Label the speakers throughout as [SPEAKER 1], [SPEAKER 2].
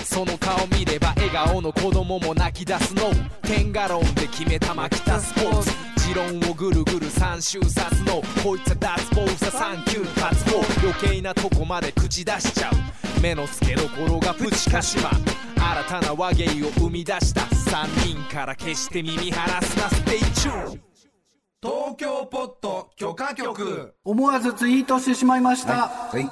[SPEAKER 1] その顔見れば笑顔の子供も泣き出すのテンガロンで決めた牧田スポーツ持論をぐるぐる三周殺のこいつは脱帽さ三級発砲余計なとこまで口出しちゃう目の付けどころがプチカシマ新たな和芸を生み出した3人から決して耳離すなステイチューン
[SPEAKER 2] 東京ポット許可局
[SPEAKER 3] 思わずツイートしてしまいました、
[SPEAKER 2] はい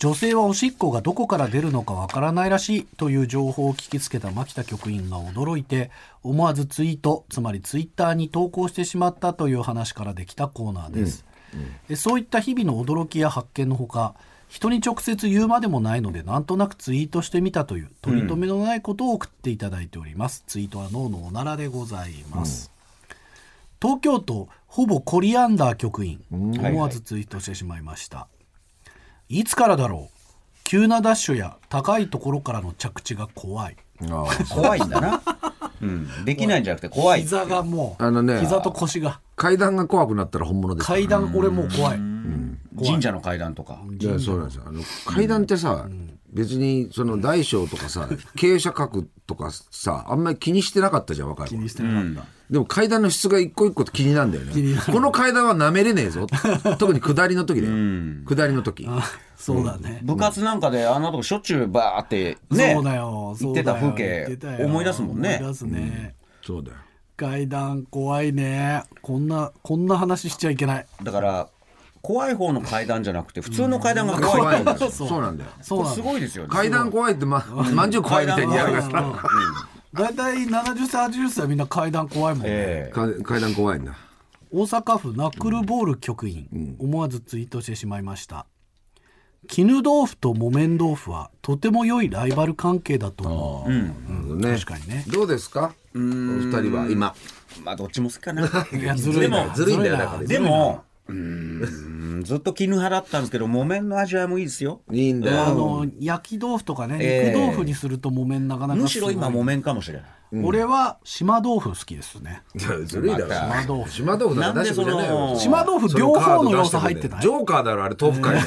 [SPEAKER 3] 女性はおしっこがどこから出るのかわからないらしいという情報を聞きつけた牧田局員が驚いて思わずツイートつまりツイッターに投稿してしまったという話からできたコーナーです、えそういった日々の驚きや発見のほか人に直接言うまでもないのでなんとなくツイートしてみたという取り留めのないことを送っていただいております、ツイートは脳のおならでございます、東京都ほぼコリアンダー局員思わずツイートしてしまいました、いつからだろう急なダッシュや高いところからの着地が怖い
[SPEAKER 4] 怖いんだ な、うん、できないんじゃなくて怖い
[SPEAKER 3] 膝がもう
[SPEAKER 2] あのね
[SPEAKER 3] 膝と腰が
[SPEAKER 2] 階段が怖くなったら本物ですから
[SPEAKER 3] 階段俺もう怖い
[SPEAKER 4] 神社の階段とか
[SPEAKER 2] いやそうなんですよあの階段ってさ、別にその大小とか さ傾斜角とかさあんまり気にしてなかったじゃん若い
[SPEAKER 3] 気
[SPEAKER 2] 頃
[SPEAKER 3] にしてなかっ
[SPEAKER 2] でも階段の質が一個一個気になるんだよねこの階段は舐めれね えぞ特に下りの時だよ下りの時
[SPEAKER 3] た、そうだね、
[SPEAKER 4] 部活なんかであんなとこしょっちゅうバーってね
[SPEAKER 3] そうだよ
[SPEAKER 4] 行
[SPEAKER 3] そ
[SPEAKER 4] っ
[SPEAKER 3] う
[SPEAKER 4] て
[SPEAKER 3] だ
[SPEAKER 4] た
[SPEAKER 3] よ
[SPEAKER 4] 風
[SPEAKER 3] 行って
[SPEAKER 4] 景
[SPEAKER 3] たよ
[SPEAKER 4] 思い出すもんね
[SPEAKER 3] 思い出すね、
[SPEAKER 2] そうだよ
[SPEAKER 3] 階段怖いねこんなこんな話しちゃいけない
[SPEAKER 4] だから怖い方の階段じゃなくて普通の階段が怖
[SPEAKER 2] 怖
[SPEAKER 4] い
[SPEAKER 2] いんだよ
[SPEAKER 3] そう
[SPEAKER 2] そうなんだよ
[SPEAKER 3] そうなん
[SPEAKER 4] す
[SPEAKER 3] だ
[SPEAKER 4] ごいですよね
[SPEAKER 2] 階段怖いってままんじゅう怖いみたいにやるから
[SPEAKER 4] うん
[SPEAKER 3] 大体70歳80歳はみんな階段怖いもんね、
[SPEAKER 4] ええ
[SPEAKER 2] 階階段怖いんだ
[SPEAKER 3] 大阪府ナックルボール局員、思わずツイートしてしまいました絹豆腐と木綿豆腐はとても良いライバル関係だと思う
[SPEAKER 2] ね
[SPEAKER 3] 確かにね
[SPEAKER 2] どうですかお二人は今
[SPEAKER 4] まあどっちも好きかな
[SPEAKER 3] いやずるいな
[SPEAKER 2] ずるいんだよ
[SPEAKER 3] ずるいな
[SPEAKER 2] だから
[SPEAKER 4] でもうーんずっと絹払ったんですけど木綿の味わいもいいですよ
[SPEAKER 2] いいんだ
[SPEAKER 3] あ
[SPEAKER 2] よ
[SPEAKER 3] の焼き豆腐とかね、
[SPEAKER 4] ええ
[SPEAKER 3] 肉豆腐にすると木綿なかなか
[SPEAKER 4] むしろ今
[SPEAKER 3] すごい
[SPEAKER 4] 木綿かもしれない
[SPEAKER 3] 俺は島豆腐好きですね
[SPEAKER 2] いやずるいだろ
[SPEAKER 4] ま
[SPEAKER 3] た島豆腐
[SPEAKER 2] 島豆腐だから出してくれないよ
[SPEAKER 4] なんでその
[SPEAKER 3] 島豆腐両方の要素入ってない
[SPEAKER 2] ジョーカーだろあれ豆腐界の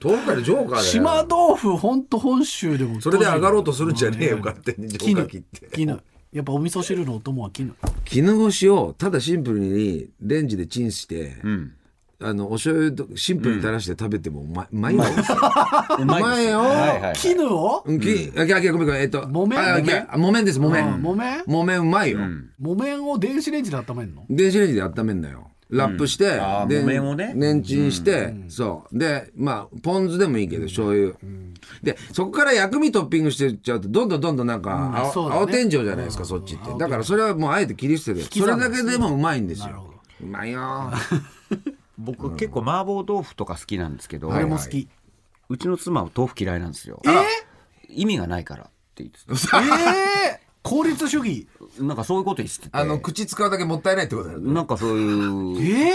[SPEAKER 2] 豆腐界のジョーカーだよ
[SPEAKER 3] 島豆腐ほんと本州でも
[SPEAKER 2] それで上がろうとするんじゃねえよ勝手にジョーカー切っ
[SPEAKER 3] 絹
[SPEAKER 2] て
[SPEAKER 3] 絹やっぱお味噌汁のお供は絹
[SPEAKER 2] 絹ごしをただシンプルにレンジでチンして、あのお醤油とシンプルに垂らして食べてもうま,、うまいんだよ
[SPEAKER 4] うまい
[SPEAKER 2] うま
[SPEAKER 4] です
[SPEAKER 2] いよ
[SPEAKER 4] はいはい
[SPEAKER 3] 絹を
[SPEAKER 2] うんき、あ、きゃ、きゃ、ごめん、ごめん、えっと。
[SPEAKER 3] 木綿
[SPEAKER 2] ああ
[SPEAKER 3] 木綿
[SPEAKER 2] あ木綿です、木
[SPEAKER 3] う
[SPEAKER 2] 綿。
[SPEAKER 3] ん木綿
[SPEAKER 2] 木綿うまいよ。
[SPEAKER 3] 木綿を電子レンジで温めるの
[SPEAKER 2] 電子レンジで温めんのよ。ラップして、
[SPEAKER 4] あー
[SPEAKER 2] で
[SPEAKER 4] 木綿をね
[SPEAKER 2] レンチンして、そう。で、まあ、ポン酢でもいいけど、醤油。で、そこから薬味トッピングしてっちゃうと、どんどんどんどんなんか、あお
[SPEAKER 3] そうだね
[SPEAKER 2] 青天井じゃないですか、そっちって。だから、それはもうあえて切り捨てて、そ
[SPEAKER 3] 刻
[SPEAKER 2] れ
[SPEAKER 3] んだ
[SPEAKER 2] だけでもうまいんです
[SPEAKER 3] なるほ
[SPEAKER 2] よ
[SPEAKER 3] ど。
[SPEAKER 2] うまいよ。
[SPEAKER 4] 僕結構麻婆豆腐とか好きなんですけど
[SPEAKER 3] 俺も好き
[SPEAKER 4] うちの妻は豆腐嫌いなんですよ意味がないからって言ってた
[SPEAKER 3] ええ効率主義
[SPEAKER 4] なんかそういうこと言ってて
[SPEAKER 2] あの、口使うだけもったいないってことだよね。
[SPEAKER 4] なんかそう いう
[SPEAKER 3] ええ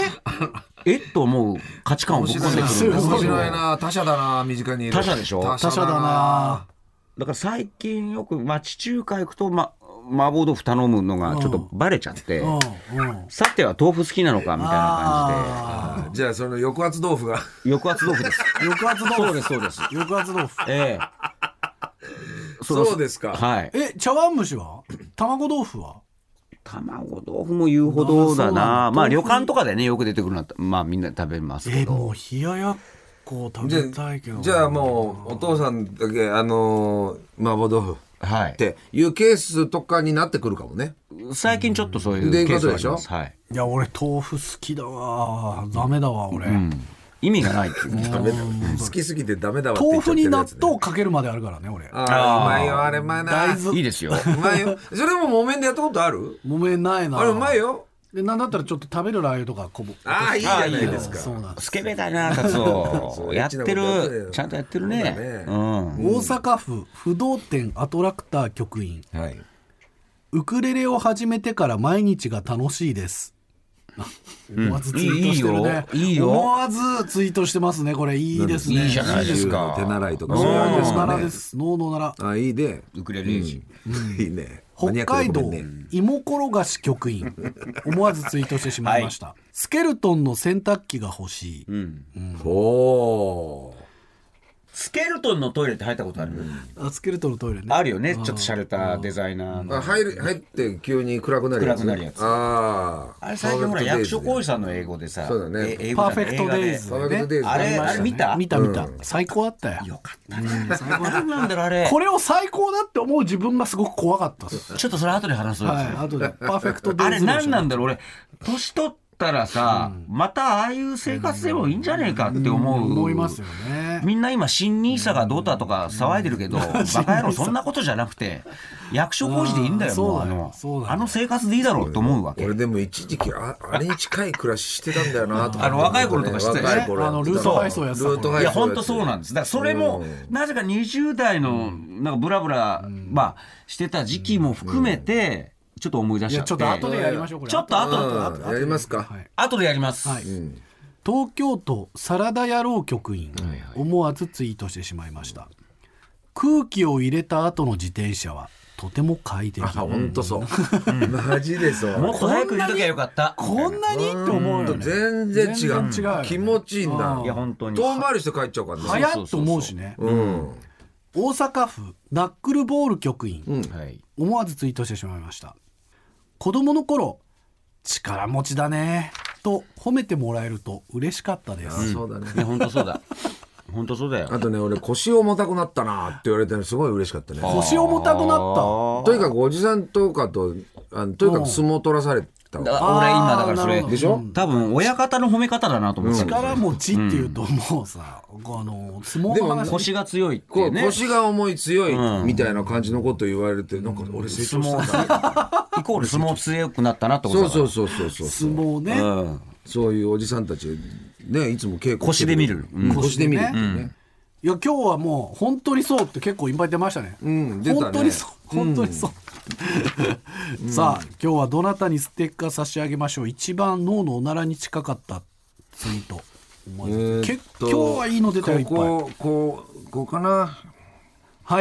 [SPEAKER 4] えっと思う価値観をぶっ込んで
[SPEAKER 2] 面
[SPEAKER 4] く
[SPEAKER 2] 白
[SPEAKER 4] るん
[SPEAKER 2] いな
[SPEAKER 4] です
[SPEAKER 2] 面
[SPEAKER 4] よ
[SPEAKER 2] 白いな他者だな身近にいる
[SPEAKER 4] 他者でしょ
[SPEAKER 3] 他者だな
[SPEAKER 4] だから最近よく町中華行くと、ま、麻婆豆腐頼むのがちょっとバレちゃって、
[SPEAKER 3] うんうん
[SPEAKER 4] さては豆腐好きなのかみたいな感
[SPEAKER 3] あ
[SPEAKER 2] じゃあその抑圧豆腐が
[SPEAKER 4] じで抑圧豆腐です
[SPEAKER 3] ー抑圧豆腐
[SPEAKER 4] そうですそうです
[SPEAKER 3] 抑圧豆腐
[SPEAKER 4] ええ
[SPEAKER 2] そう
[SPEAKER 4] の
[SPEAKER 2] ですか
[SPEAKER 4] はい
[SPEAKER 3] え茶碗蒸しは卵豆腐は
[SPEAKER 4] 卵豆腐も言うほど
[SPEAKER 3] あそ
[SPEAKER 4] だな
[SPEAKER 3] うなんだ
[SPEAKER 4] まあ
[SPEAKER 3] 豆
[SPEAKER 4] 旅
[SPEAKER 3] 腐
[SPEAKER 4] 館とかでねよく出てくるのはまあみんな食べますけ
[SPEAKER 3] え
[SPEAKER 4] ど、
[SPEAKER 3] もう冷ややっこ食
[SPEAKER 2] じゃ
[SPEAKER 3] べたいけど
[SPEAKER 2] あじゃあもうお父さんだけあのー麻婆豆腐
[SPEAKER 4] は
[SPEAKER 2] っ
[SPEAKER 4] い
[SPEAKER 2] ていうケースとかになってくるかもね
[SPEAKER 4] 最近ちょっとそういう
[SPEAKER 2] で
[SPEAKER 4] ケー
[SPEAKER 2] こと
[SPEAKER 4] スがあ
[SPEAKER 2] でし
[SPEAKER 4] り
[SPEAKER 2] ょ
[SPEAKER 4] ますはい
[SPEAKER 3] いや俺豆腐好きだわダメだわ俺、
[SPEAKER 4] 意味がないって いう
[SPEAKER 2] ダメだよ好きすぎてダメだわって言っちゃ
[SPEAKER 3] 豆腐
[SPEAKER 2] って
[SPEAKER 3] に
[SPEAKER 2] るや
[SPEAKER 3] 納
[SPEAKER 2] つね
[SPEAKER 3] 豆かけるまであるからね俺
[SPEAKER 2] あーうまいよあれうまいな
[SPEAKER 3] 大豆
[SPEAKER 4] いい ですよ
[SPEAKER 2] うまいよそれも木綿でやったことある
[SPEAKER 3] もめないな
[SPEAKER 2] あれうまいよ
[SPEAKER 3] でなんだったらちょっと食べるラー油とかこぼ
[SPEAKER 2] ああいいじゃないですか
[SPEAKER 3] そうなんです
[SPEAKER 4] スケベだな達
[SPEAKER 2] そ
[SPEAKER 4] 夫
[SPEAKER 2] う
[SPEAKER 4] やって
[SPEAKER 2] エッチなことやってる
[SPEAKER 4] る
[SPEAKER 2] よ
[SPEAKER 4] ちゃんとやってるね
[SPEAKER 2] そうだね
[SPEAKER 4] うん
[SPEAKER 3] 大阪府不動店アトラクター局員
[SPEAKER 2] はい
[SPEAKER 3] ウクレレを始めてから毎日が楽しいです。思わずツイートしてるね。
[SPEAKER 4] いいよいいよ
[SPEAKER 3] 思わずツイートしてますね。これいいですね。
[SPEAKER 4] いいじゃないですか
[SPEAKER 2] 手習いとか
[SPEAKER 3] 脳
[SPEAKER 2] そういうのです
[SPEAKER 3] の
[SPEAKER 2] か
[SPEAKER 3] ならで
[SPEAKER 2] ね
[SPEAKER 3] す。脳のなら。
[SPEAKER 2] あいいで
[SPEAKER 4] ウクレレ時
[SPEAKER 2] いいね
[SPEAKER 3] 北海
[SPEAKER 2] マニアックでご
[SPEAKER 3] 道
[SPEAKER 2] めんね
[SPEAKER 3] 芋転がし局員。思わずツイートしてしまいました。スケルトンの洗濯機が欲しい。
[SPEAKER 2] ほ
[SPEAKER 4] スケルトンのトイレって入ったことある、
[SPEAKER 3] あスケルトンのトイレね
[SPEAKER 4] あるよねちょっと洒落たデザイナーの
[SPEAKER 2] あ入る入って急に暗くなるやつ
[SPEAKER 4] 暗くなるやつ
[SPEAKER 2] ああ
[SPEAKER 4] あれ最近ほら役所広司さんの英語でさ
[SPEAKER 2] そうだね
[SPEAKER 4] え英語
[SPEAKER 3] パ
[SPEAKER 4] な
[SPEAKER 3] ー
[SPEAKER 4] ん
[SPEAKER 3] フェ
[SPEAKER 4] だ
[SPEAKER 3] クトデイズ
[SPEAKER 2] パーフェクトデイズ
[SPEAKER 4] あれ
[SPEAKER 3] りましたね
[SPEAKER 4] 見た
[SPEAKER 3] 見た見た、最高だったよ
[SPEAKER 4] 映画でよかったね何なんだろうあれ
[SPEAKER 3] これを最高だって思う自分がすごく怖かったです
[SPEAKER 4] ちょっとそれ後で話そうよ
[SPEAKER 3] はいあとでパーフェクトデイ
[SPEAKER 4] あ
[SPEAKER 3] ズ
[SPEAKER 4] れ
[SPEAKER 3] の
[SPEAKER 4] 何なんだろう俺年取ったらさまたああいう生活でもいいんじゃねえかって思う
[SPEAKER 3] 思いますよね
[SPEAKER 4] みんな今新ニーサがどうだとか騒いでるけど、バカ野郎そんなことじゃなくて役所工事でいいんだよ
[SPEAKER 3] あーそ
[SPEAKER 4] も
[SPEAKER 3] う
[SPEAKER 4] うあ
[SPEAKER 3] だよ
[SPEAKER 4] の
[SPEAKER 3] そうだよ
[SPEAKER 4] あの生活でいいだろうと思うわけ
[SPEAKER 2] 俺でも一時期ああれに近い暮らししてたんだよなとか
[SPEAKER 4] あの若い頃とかしてたよね
[SPEAKER 2] 若い頃やって
[SPEAKER 3] あのルート配送やってた
[SPEAKER 2] ルート配送
[SPEAKER 4] い
[SPEAKER 2] や
[SPEAKER 4] や
[SPEAKER 2] ってた
[SPEAKER 4] 本当そうなんですだからそれもなぜか20代のなんかブラブラ、まあ、してた時期も含めてちょっと思い出
[SPEAKER 3] い
[SPEAKER 4] しちゃ
[SPEAKER 3] や
[SPEAKER 4] っ
[SPEAKER 3] ちょ
[SPEAKER 4] て
[SPEAKER 3] っと後でやりましょうこれ
[SPEAKER 4] ちょっと後
[SPEAKER 2] うんやりますか
[SPEAKER 3] はい
[SPEAKER 4] 後でやります、
[SPEAKER 3] はい東京都サラダ野郎局員思わずツイートしてしまいました空気を入れた後の自転車はとても快適
[SPEAKER 2] あ本当そうマジでそう
[SPEAKER 4] もっと早く言っときゃよかった
[SPEAKER 3] こんなにって思うよね
[SPEAKER 2] 全然違
[SPEAKER 3] 全
[SPEAKER 2] う
[SPEAKER 3] 然違うよね
[SPEAKER 2] 気持ちいいんだ
[SPEAKER 4] いや本当に
[SPEAKER 2] 遠回りして帰っちゃうからね
[SPEAKER 3] 早っと思うしね
[SPEAKER 2] うん
[SPEAKER 3] 大阪府ナックルボール局員、
[SPEAKER 4] はい
[SPEAKER 3] 思わずツイートしてしまいました子供の頃力持ちだねと褒めてもらえると嬉しかったです、
[SPEAKER 2] そうだね
[SPEAKER 4] いや本当そうだ本当そうだよ
[SPEAKER 2] あとね俺腰重たくなったなって言われてすごい嬉しかったね
[SPEAKER 3] 腰重たくなった
[SPEAKER 2] とにかくおじさんとかとあのとにかく相撲取らされたわ
[SPEAKER 4] だから俺今だから
[SPEAKER 3] な
[SPEAKER 4] そ
[SPEAKER 3] る
[SPEAKER 4] れ
[SPEAKER 3] ほど
[SPEAKER 2] でしょ
[SPEAKER 4] うん多分親方の褒め方だなと思ってた、
[SPEAKER 3] 力持ちっていうともうさ、あの相撲の話
[SPEAKER 4] 腰が強いってい
[SPEAKER 2] こ
[SPEAKER 4] う
[SPEAKER 2] う
[SPEAKER 4] ね
[SPEAKER 2] 腰が重い強いみたいな感じのこと言われてなんか俺成
[SPEAKER 4] 相
[SPEAKER 2] 長
[SPEAKER 4] 撲
[SPEAKER 2] したな
[SPEAKER 4] イコール相撲強くなったなってこ
[SPEAKER 2] そう
[SPEAKER 4] とだから
[SPEAKER 2] そうそうそうそう
[SPEAKER 3] 相撲ね、
[SPEAKER 4] うん
[SPEAKER 2] そういうおじさんたちねいつも稽古
[SPEAKER 4] 腰で見る、うん
[SPEAKER 2] 腰で見るっていうね
[SPEAKER 3] いや今日はもう本当にそうって結構いっぱい出ましたね。
[SPEAKER 2] ん出たね
[SPEAKER 3] 本当にそう本当にそう。さあ今日はどなたにステッカー差し上げましょう。一番脳のおならに近かったツイート。思い
[SPEAKER 2] え
[SPEAKER 3] つ
[SPEAKER 2] ー
[SPEAKER 3] き
[SPEAKER 2] っ
[SPEAKER 3] 結
[SPEAKER 2] と
[SPEAKER 3] 今日はいいの出たよいっぱい。
[SPEAKER 2] こここうこうかな
[SPEAKER 3] は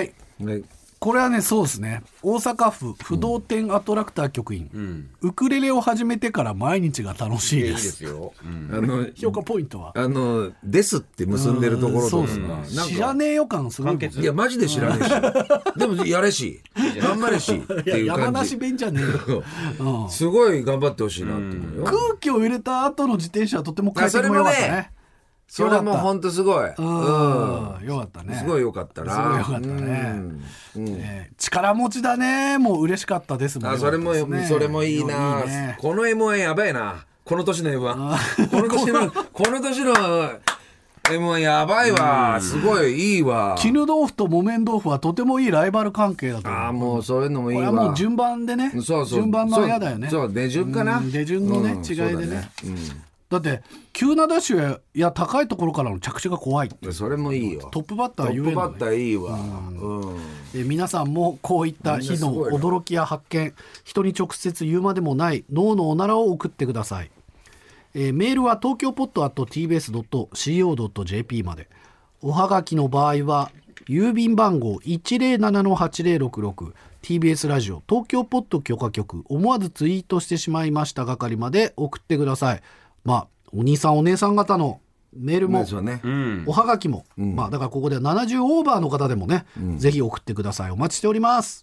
[SPEAKER 3] い。
[SPEAKER 2] はい
[SPEAKER 3] これはねそうですね。大阪府不動店アトラクター局員、ウクレレを始めてから毎日が楽しいです。
[SPEAKER 4] よ、うん
[SPEAKER 2] あの
[SPEAKER 3] 評価ポイントは。
[SPEAKER 2] あの「です」って結んでるところ
[SPEAKER 3] そ
[SPEAKER 2] と
[SPEAKER 3] う
[SPEAKER 2] か
[SPEAKER 3] ですね
[SPEAKER 2] なん。
[SPEAKER 3] 知ら
[SPEAKER 2] か
[SPEAKER 3] ねえ予感すごいもん。
[SPEAKER 4] 完結
[SPEAKER 2] いやマジで知らねえしでもやれし頑張れしって
[SPEAKER 3] いや
[SPEAKER 2] いう
[SPEAKER 3] 山
[SPEAKER 2] 感
[SPEAKER 3] 梨
[SPEAKER 2] じ
[SPEAKER 3] 弁じゃねえよ。うん
[SPEAKER 2] すごい頑張ってほしいなって思うよ
[SPEAKER 3] 空気を入れた後の自転車はとても快適も良かったね。
[SPEAKER 2] それもほんとすごいうん
[SPEAKER 3] うん、良かったね。
[SPEAKER 2] すごい良かったな
[SPEAKER 3] すごい良かったね
[SPEAKER 2] うん
[SPEAKER 3] えー力持ちだね。もう嬉しかったですもん
[SPEAKER 2] あそれも
[SPEAKER 3] 良かったですね
[SPEAKER 2] それもいい
[SPEAKER 3] いい
[SPEAKER 2] な
[SPEAKER 3] ね
[SPEAKER 2] この M1 やばいなこの年の M1 この年 のこの年の M1 やばいわすごいいいわ
[SPEAKER 3] 絹豆腐と木綿豆腐はとてもいいライバル関係だと思う。
[SPEAKER 2] ああもうそういうのもいい
[SPEAKER 3] これ
[SPEAKER 2] わ
[SPEAKER 3] はもう順番でね。
[SPEAKER 2] そうそう
[SPEAKER 3] 順番の嫌だよね。
[SPEAKER 2] そうそう出順かな
[SPEAKER 3] うん出順のね、
[SPEAKER 2] うん
[SPEAKER 3] 違
[SPEAKER 2] そ
[SPEAKER 3] い
[SPEAKER 2] うだ
[SPEAKER 3] でね
[SPEAKER 2] ね
[SPEAKER 3] だって急なダッシュやや高いところからの着地が怖い。
[SPEAKER 2] それもいいよ
[SPEAKER 3] トップバッタ
[SPEAKER 2] ト
[SPEAKER 3] ーゆ
[SPEAKER 2] ッ
[SPEAKER 3] え
[SPEAKER 2] プバ
[SPEAKER 3] の
[SPEAKER 2] ッ
[SPEAKER 3] ね
[SPEAKER 2] ターいいわうん
[SPEAKER 3] えー皆さんもこういった日
[SPEAKER 2] みんな
[SPEAKER 3] の
[SPEAKER 2] すごいな
[SPEAKER 3] 驚きや発見人に直接言うまでもない脳のおならを送ってください、えーメールは東京ポット .tbs.co.jp までおはがきの場合は郵便番号 107-8066TBS ラジオ東京ポット許可局思わずツイートしてしまいました係まで送ってくださいまあお兄さんお姉さん方のメール
[SPEAKER 2] ま
[SPEAKER 3] も
[SPEAKER 2] あそうね
[SPEAKER 3] おはがきも、まあだからここでは70オーバーの方でもね、ぜひ送ってくださいお待ちしております